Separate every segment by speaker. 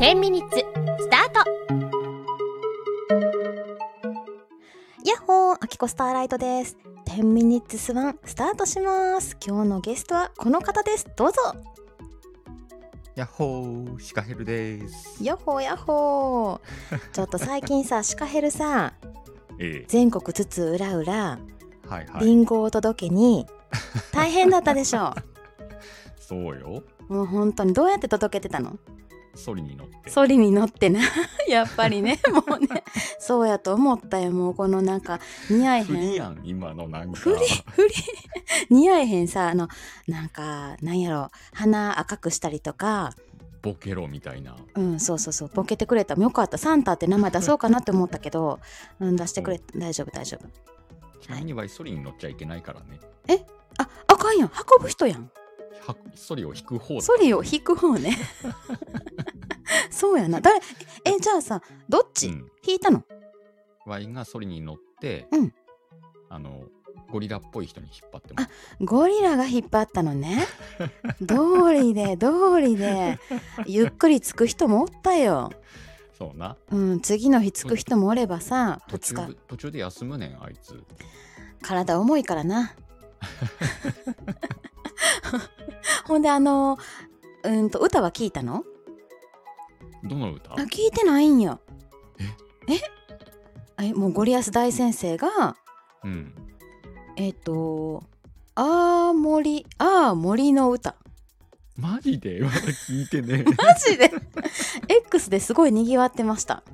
Speaker 1: 10ミニッツスタート
Speaker 2: やっほーアキコスターライトです10ミニッツスワンスタートします今日のゲストはこの方ですどうぞ
Speaker 3: やっほー、シカヘルです。
Speaker 2: やっほーやっほ ーちょっと最近さシカヘルさ
Speaker 3: え
Speaker 2: 全国つつうらうら
Speaker 3: えはいは
Speaker 2: リ
Speaker 3: い。
Speaker 2: ンゴを届け に大変だったでしょ
Speaker 3: そうよ。
Speaker 2: うもう本当にどうやって届けてたの
Speaker 3: ソリに乗って。
Speaker 2: ソリに乗って なやっぱりねもうねそうやと思ったよもうこのなんか似合え
Speaker 3: フ
Speaker 2: へ
Speaker 3: リ
Speaker 2: ん
Speaker 3: やん、今のなんか。
Speaker 2: フリフリ似合えへんさあのなんかなんやろ鼻赤くしたりとか
Speaker 3: ボケロみたいな。
Speaker 2: うんそうそうそうボケてくれたよかったサンタって名前出そうかなって思ったけど、うん、出してくれ大丈夫大丈夫
Speaker 3: ちなみにはソリに乗っちゃいけないからね。
Speaker 2: ああかんやん運ぶ人やん
Speaker 3: はソリを引く方だ
Speaker 2: ソリを引く方 ねそうやな誰ええじゃあさどっち、
Speaker 3: うん。
Speaker 2: 引いたの
Speaker 3: ワインがソリに乗って、
Speaker 2: うん
Speaker 3: あの、ゴリラっぽい人に引っ張ってもらう
Speaker 2: ゴリラが引っ張ったのね道理で道理でゆっくり着く人もおったよ、
Speaker 3: そうな。
Speaker 2: うん、次の日着く人もおればさ
Speaker 3: 途
Speaker 2: 2日
Speaker 3: 中途中で休むねん、あいつ。
Speaker 2: 体重いからなほんであのうんと歌は聞いたの
Speaker 3: どの歌
Speaker 2: あ聞いてないんやええもうゴリアス大先生が
Speaker 3: うん。
Speaker 2: えっ、と「あー森あー森の歌」
Speaker 3: マジで まだ聞いてね
Speaker 2: マジで X ですごいにぎわってました
Speaker 3: え。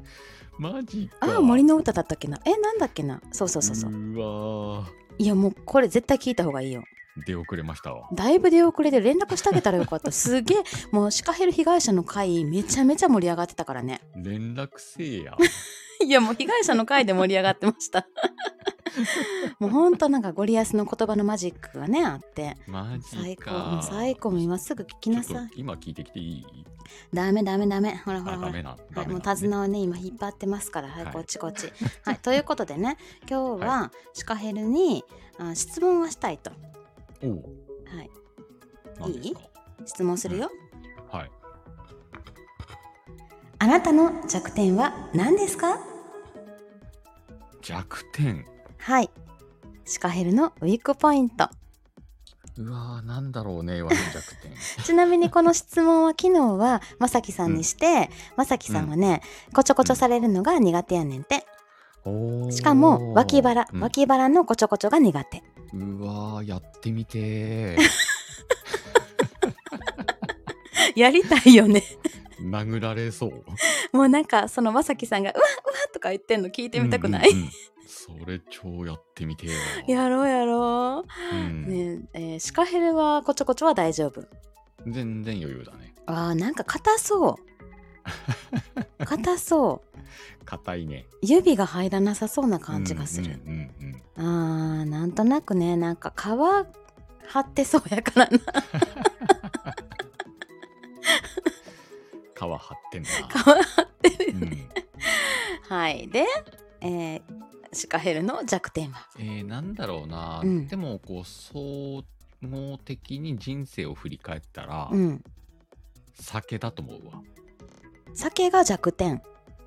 Speaker 3: マジか。
Speaker 2: ああ森の歌だったっけなえなんだっけなそうそうそうそう、
Speaker 3: うわ
Speaker 2: いやもうこれ絶対聞いた方がいいよ
Speaker 3: ー。出遅れましたわ。
Speaker 2: だいぶ出遅れで連絡してあげたらよ かったすげえもうシカヘル被害者の会めちゃめちゃ盛り上がってたからね
Speaker 3: 連絡せえ や。
Speaker 2: いやもう被害者の会で盛り上がってました もうほんとなんかゴリアスの言葉のマジックがねあって
Speaker 3: マジ
Speaker 2: 最高
Speaker 3: か
Speaker 2: もう。最高もう今すぐ聞きな
Speaker 3: ちょ
Speaker 2: さ
Speaker 3: っ
Speaker 2: い
Speaker 3: と今聞いてきていい
Speaker 2: ダメダメダメほらほら
Speaker 3: あ、
Speaker 2: ほら
Speaker 3: ダメな。
Speaker 2: は
Speaker 3: ダ
Speaker 2: い、
Speaker 3: メな
Speaker 2: もう手綱をね今引っ張ってますから、はい、
Speaker 3: はい
Speaker 2: こっちこっち。 はい、ということでね今日はシカヘルに、あ質問をしたいと、は
Speaker 3: おう
Speaker 2: い、
Speaker 3: 何ですか
Speaker 2: 質問するよ。
Speaker 3: はい。
Speaker 2: あなたの弱点は何ですか
Speaker 3: 弱点。
Speaker 2: はいシカヘルのウィークポイント。
Speaker 3: うわー、なんだろうね、わの弱 点。
Speaker 2: ちなみにこの質問は昨日はまさきさんにして、まさきさんはね、こちょこちょされるのが苦手やねんて。
Speaker 3: おー
Speaker 2: しかも脇腹、
Speaker 3: うん
Speaker 2: 脇腹のこちょこちょが苦手。
Speaker 3: うわー、やってみてー。
Speaker 2: やりたいよね。
Speaker 3: 殴られそう。
Speaker 2: もうなんかそのまさきさんがうわうわとか言ってんの聞いてみたくない、
Speaker 3: うんうんうんそれ超やってみてー。
Speaker 2: やろうやろ
Speaker 3: う
Speaker 2: う、
Speaker 3: ん
Speaker 2: ねえーシカヘルはこちょこちょは大丈夫
Speaker 3: 全然余裕だね。
Speaker 2: あーなんか硬そう硬そう
Speaker 3: 硬いね。
Speaker 2: 指が入らなさそうな感じがする、
Speaker 3: うんうん
Speaker 2: あーなんとなくねなんか皮張ってそうやからな
Speaker 3: うん。皮張ってんだ。
Speaker 2: 皮張ってる、
Speaker 3: うん
Speaker 2: はいで、えーシカヘルの弱点は
Speaker 3: えー、なんだろうな、
Speaker 2: うん
Speaker 3: でもこう総合的に人生を振り返ったら、
Speaker 2: うん
Speaker 3: 酒だと思うわ、
Speaker 2: 酒が弱点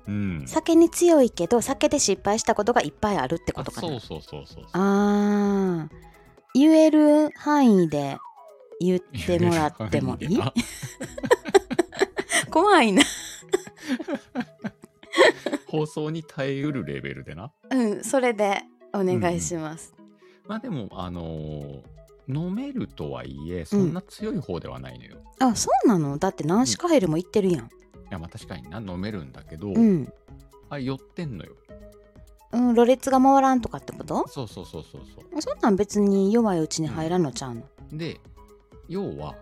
Speaker 3: うん、
Speaker 2: 酒に強いけど酒で失敗したことがいっぱいあるってこ
Speaker 3: あ
Speaker 2: とかな
Speaker 3: そうそうそうそうそう
Speaker 2: あー言える範囲で言ってもらってもいい
Speaker 3: あ
Speaker 2: 怖いな
Speaker 3: 放送に耐えうるレベルでな
Speaker 2: うんそれでお願いします、
Speaker 3: まあでもあのー飲めるとはいえそんな強い方ではないのよ、
Speaker 2: あそうなのだってナンシカヘルも言ってるやん
Speaker 3: いやまあ確かにな飲めるんだけ
Speaker 2: う
Speaker 3: ど、
Speaker 2: ん、
Speaker 3: あれ寄ってんのよ
Speaker 2: うん、ろれつが回らんとかってこと
Speaker 3: そうそうそうそうそ
Speaker 2: そんなん別に弱いうちに入らんのちゃうの、
Speaker 3: うで要は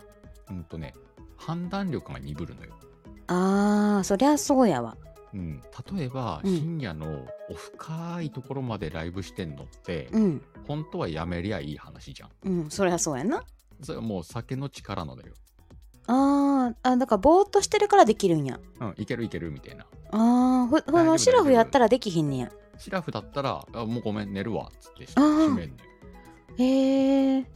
Speaker 3: うんとね判断力が鈍るのよ
Speaker 2: あーそりゃそうやわ
Speaker 3: うん、例えば、
Speaker 2: うん
Speaker 3: 深夜のお深いところまでライブしてんのって、
Speaker 2: うん
Speaker 3: 本当はやめりゃいい話じゃん
Speaker 2: うんそりゃそうやな
Speaker 3: それはもう酒の力なのよ、
Speaker 2: あーあだからぼーっとしてるからできるんや
Speaker 3: うん、いけるいけるみたいな
Speaker 2: あーふふ
Speaker 3: 大丈夫
Speaker 2: シラフやったらできひんねや
Speaker 3: シラフだったらあもうごめん寝るわっつって
Speaker 2: あー
Speaker 3: 閉めんのよ
Speaker 2: へえ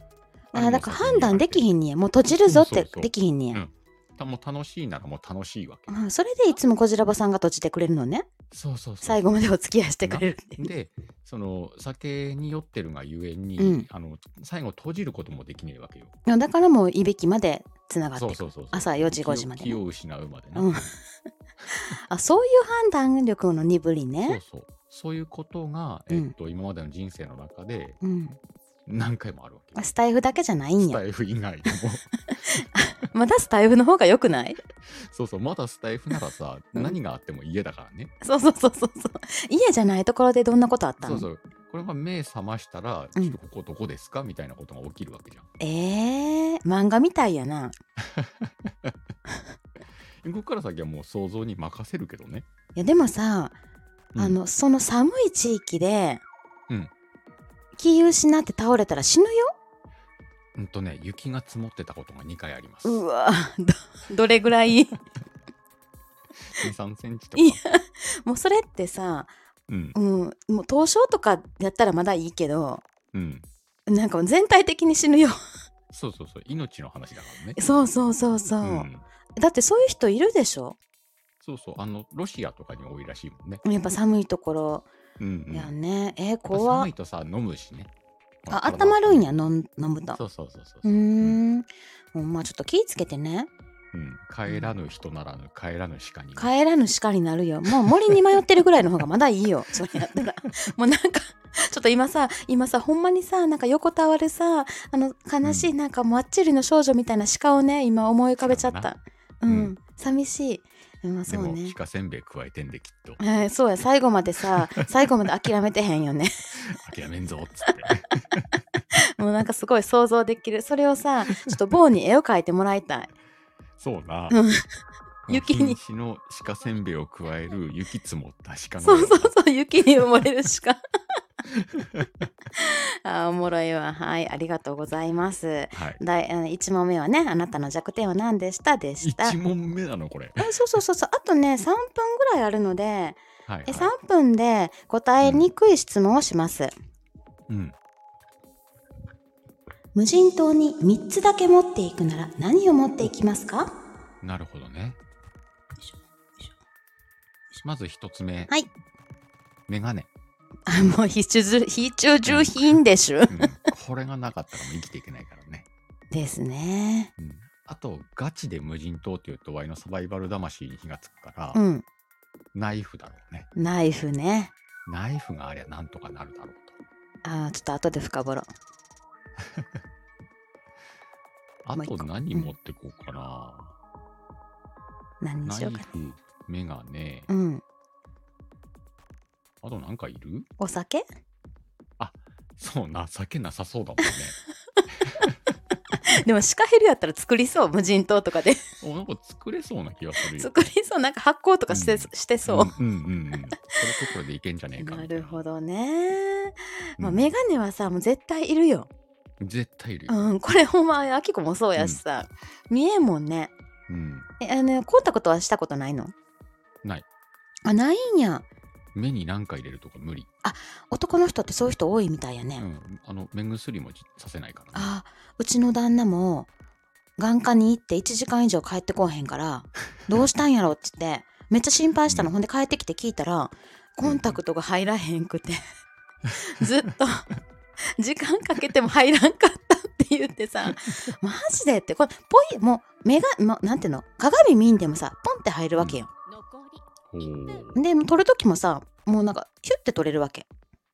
Speaker 3: あの
Speaker 2: あだから判断できひんねやもう閉じるぞっ
Speaker 3: そう
Speaker 2: て
Speaker 3: そうそう
Speaker 2: できひんねや
Speaker 3: うんたもう楽しいならもう楽しいわけ。
Speaker 2: うんそれでいつもこじらぼさんが閉じてくれるのね
Speaker 3: そうそうそう
Speaker 2: 最後までお付き合いしてくれるっていう
Speaker 3: でその酒に酔ってるがゆえに、
Speaker 2: うん
Speaker 3: あの最後閉じることもできねえわけよ。
Speaker 2: いやだからもういびきまでつながって
Speaker 3: そ
Speaker 2: く
Speaker 3: うそうそうそう
Speaker 2: 朝4時5時までね
Speaker 3: 気を気を失うまでね、
Speaker 2: うん あそういう判断力の鈍り
Speaker 3: そう
Speaker 2: ね
Speaker 3: そうそういうことが、
Speaker 2: う
Speaker 3: え
Speaker 2: ん
Speaker 3: っと今までの人生の中で
Speaker 2: うん、
Speaker 3: 何回もあるわけよ
Speaker 2: スタイフだけじゃないん
Speaker 3: ス
Speaker 2: や
Speaker 3: タイフ以外 でも
Speaker 2: まだスタイフの方が良くない
Speaker 3: そうそうまだスタイフならさ
Speaker 2: うん
Speaker 3: 何があっても家だからね、
Speaker 2: そうそうそうそうそう家じゃないところでどんなことあった
Speaker 3: そ
Speaker 2: の
Speaker 3: うそうこれが目覚ましたら、
Speaker 2: うん
Speaker 3: ちょっとここどこですかみたいなことが起きるわけじゃん。
Speaker 2: えー、漫画みたいやな
Speaker 3: ここから先はもう想像に任せるけどね。
Speaker 2: いやでもさ、
Speaker 3: うん
Speaker 2: あのその寒い地域で、
Speaker 3: うん
Speaker 2: 気失って倒れたら死ぬよ
Speaker 3: うんとね雪が積もってたことが2回あります。
Speaker 2: うわど どれぐらい
Speaker 3: 2、3センチと
Speaker 2: いや
Speaker 3: か。
Speaker 2: もうそれってさ、
Speaker 3: うん
Speaker 2: う。ん、もう凍傷とかやったらまだいいけど
Speaker 3: うん。
Speaker 2: なんかもう全体的に死ぬよ
Speaker 3: そうそうそう。命の話だからね。
Speaker 2: そうそうそうそう、
Speaker 3: うん。
Speaker 2: だってそういう人いるでしょ
Speaker 3: そうそう。あの、ロシアとかに多いらしいもんね。
Speaker 2: やっぱ寒いところ
Speaker 3: うん、うん。
Speaker 2: やね、えー、
Speaker 3: やっぱ
Speaker 2: 怖
Speaker 3: 寒いとさ、飲むしね。
Speaker 2: あ温まるんや
Speaker 3: ね。
Speaker 2: 飲ん飲むと
Speaker 3: そうそうそうそう
Speaker 2: うーんもうまあちょっと気ぃつけてね
Speaker 3: うん帰らぬ人ならぬ、帰らぬ鹿に。
Speaker 2: 帰らぬ鹿になるよもう森に迷ってるぐらいの方がまだいいよ それやったらもうなんかちょっと今さ今さほんまにさなんか横たわるさあの悲しい、なんかもうあっちりの少女みたいな鹿をね今思い浮かべちゃったう、
Speaker 3: うんな
Speaker 2: 寂しいうんまあ
Speaker 3: で
Speaker 2: そう
Speaker 3: も
Speaker 2: ね、
Speaker 3: 鹿せんべい加えてんできっ と。
Speaker 2: えーそうや最後まで さ最後まで諦めてへんよね
Speaker 3: 諦めんぞ、つって。
Speaker 2: もうなんかすごい想像できるそれをさちょっと棒に絵を描いてもらいたい
Speaker 3: そうな。
Speaker 2: うん雪
Speaker 3: 雪
Speaker 2: に
Speaker 3: に。瀕死の鹿せんべいを加える雪積もった鹿の。
Speaker 2: そうそうそう雪に埋もれる 鹿あーおもろいわはいありがとうございます
Speaker 3: はい。
Speaker 2: 第1問目はね「あなたの弱点は何でした?」でした
Speaker 3: 一問目なの、これ。
Speaker 2: あそうそうそうそうあとね3分ぐらいあるので
Speaker 3: はい、はい。
Speaker 2: え3分で答えにくい質問をします、
Speaker 3: うん。
Speaker 2: 無人島に3つだけ持っていくなら何を持っていきますか
Speaker 3: なるほどね。まず一つ目。
Speaker 2: はい。
Speaker 3: メガネ。
Speaker 2: あもう必需ず必需重品でしゅ
Speaker 3: うん、 これがなかったらもう生きていけないからね。
Speaker 2: ですね
Speaker 3: うん。あと、ガチで無人島っていうと、ワイのサバイバル魂に火がつくから、
Speaker 2: うん
Speaker 3: ナイフだろうね。
Speaker 2: ナイフね
Speaker 3: ナイフがありゃなんとかなるだろうと。
Speaker 2: あーちょっと後で深掘ろう
Speaker 3: あ
Speaker 2: もう一
Speaker 3: と
Speaker 2: 個
Speaker 3: 何
Speaker 2: うん
Speaker 3: 持ってこうかな。
Speaker 2: 何に
Speaker 3: ナ
Speaker 2: しよ
Speaker 3: イ
Speaker 2: うか
Speaker 3: フ、メガネ、
Speaker 2: うん
Speaker 3: あとなんかいる
Speaker 2: お酒
Speaker 3: そうな、酒なさそう だもんね。
Speaker 2: でもシカヘルやったら作りそう無人島とかで
Speaker 3: おなんか作れそうな気がするよ。
Speaker 2: 作りそうなんか発酵とかして,、
Speaker 3: うん
Speaker 2: してそう、
Speaker 3: うんうんうんうん。これとこれでいけんじゃねえか
Speaker 2: な
Speaker 3: みたい
Speaker 2: るほどね、まあ、
Speaker 3: うん
Speaker 2: メガネはさもう絶対いるよ、
Speaker 3: 絶対いるよ。
Speaker 2: うん、これほんまあきこもそうやしさ、見えんもんね
Speaker 3: うん。
Speaker 2: えあのコンタクトはしたことないの
Speaker 3: ない
Speaker 2: あないんや
Speaker 3: 目に何か入れるとか無理。
Speaker 2: 男の人ってそういう人多いみたいやね、
Speaker 3: うん。あの、目薬もじさせないからね。
Speaker 2: あうちの旦那も眼科に行って1時間以上帰ってこうへんからどうしたんやろって言ってめっちゃ心配したの、
Speaker 3: うん
Speaker 2: ほんで帰ってきて聞いたらコンタクトが入らへんくてずっと時間かけても入らんかったって言って さマジでってこれぽいもう目がもうなんていうの鏡見んでもさポンって入るわけよ、
Speaker 3: ほう。
Speaker 2: でもう撮る時もさもうなんかヒュッて撮れるわけ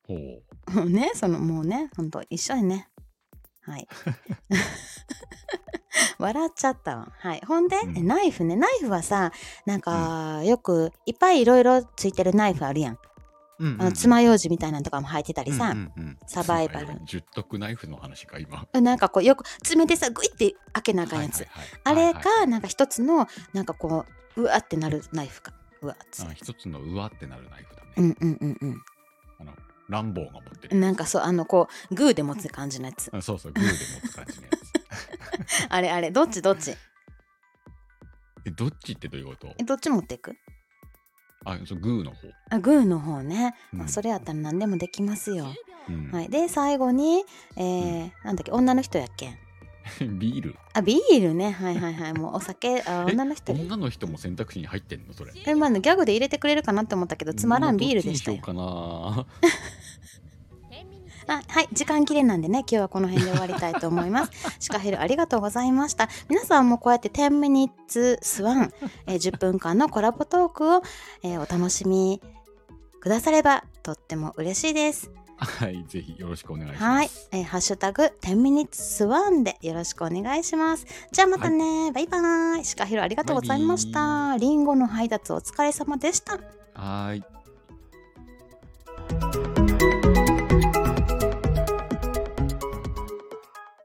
Speaker 3: ほう。
Speaker 2: もう ね、そのもうね、ほんと一緒にね。はい。 笑っちゃったわ。はい。ほんで、
Speaker 3: うん
Speaker 2: ナイフね。ナイフはさ、なんか、よくいっぱいいろいろついてるナイフあるやん。
Speaker 3: うんうん
Speaker 2: あの爪楊枝みたいなのとかも入ってたりさ、
Speaker 3: うんうんうん
Speaker 2: サバイバル
Speaker 3: そうだよ十徳ナイフの話か、今。
Speaker 2: なんかこう、よく爪でさ、グイって開けなあかんやつ。
Speaker 3: はいはいはい。
Speaker 2: あれか、なんか一つの、なんかこう、うわってなるナイフか。うわっつ。
Speaker 3: あ一つのうわってなるナイフだ
Speaker 2: う
Speaker 3: ね。
Speaker 2: んうんうん
Speaker 3: あの、ランボーが持って
Speaker 2: うん。
Speaker 3: る。
Speaker 2: なんかそう、あの、こう、グーで持つ感じのやつ。
Speaker 3: あそうそう、グーで持つ感じのや つ。
Speaker 2: あれあれ、どっちどっち
Speaker 3: え、どっちってどういうこと
Speaker 2: えどっち持っていく
Speaker 3: あ、そう、グーの方。
Speaker 2: あグーの方ね、
Speaker 3: うん
Speaker 2: まあ、それやったら何でもできますよ、
Speaker 3: うん
Speaker 2: はい、で最後に、えーなんだっけ女の人やっけ
Speaker 3: ビール
Speaker 2: あビールねはいはい はいもうお酒あ
Speaker 3: え
Speaker 2: 女の人で
Speaker 3: 女の人も選択肢に入ってんのそれ
Speaker 2: え、まあね、ギャグで入れてくれるかなって思ったけどつまらんビールでした
Speaker 3: どっ
Speaker 2: よ
Speaker 3: ちにしようかな
Speaker 2: あはい時間切れなんでね今日はこの辺で終わりたいと思い ますシカヘルありがとうございました皆さんもこうやって10 minutes スワン、えー10分間のコラボトークを、えーお楽しみくださればとっても嬉しいです
Speaker 3: はいぜひよろしくお願いし
Speaker 2: は
Speaker 3: ま
Speaker 2: い
Speaker 3: す、
Speaker 2: えーハッシュタグ10 minutes スワンでよろしくお願いしますじゃあまたね、バイバーイシカヘルありがとうございまし
Speaker 3: バ
Speaker 2: た
Speaker 3: イ
Speaker 2: リンゴの配達お疲れ様でした
Speaker 3: はーい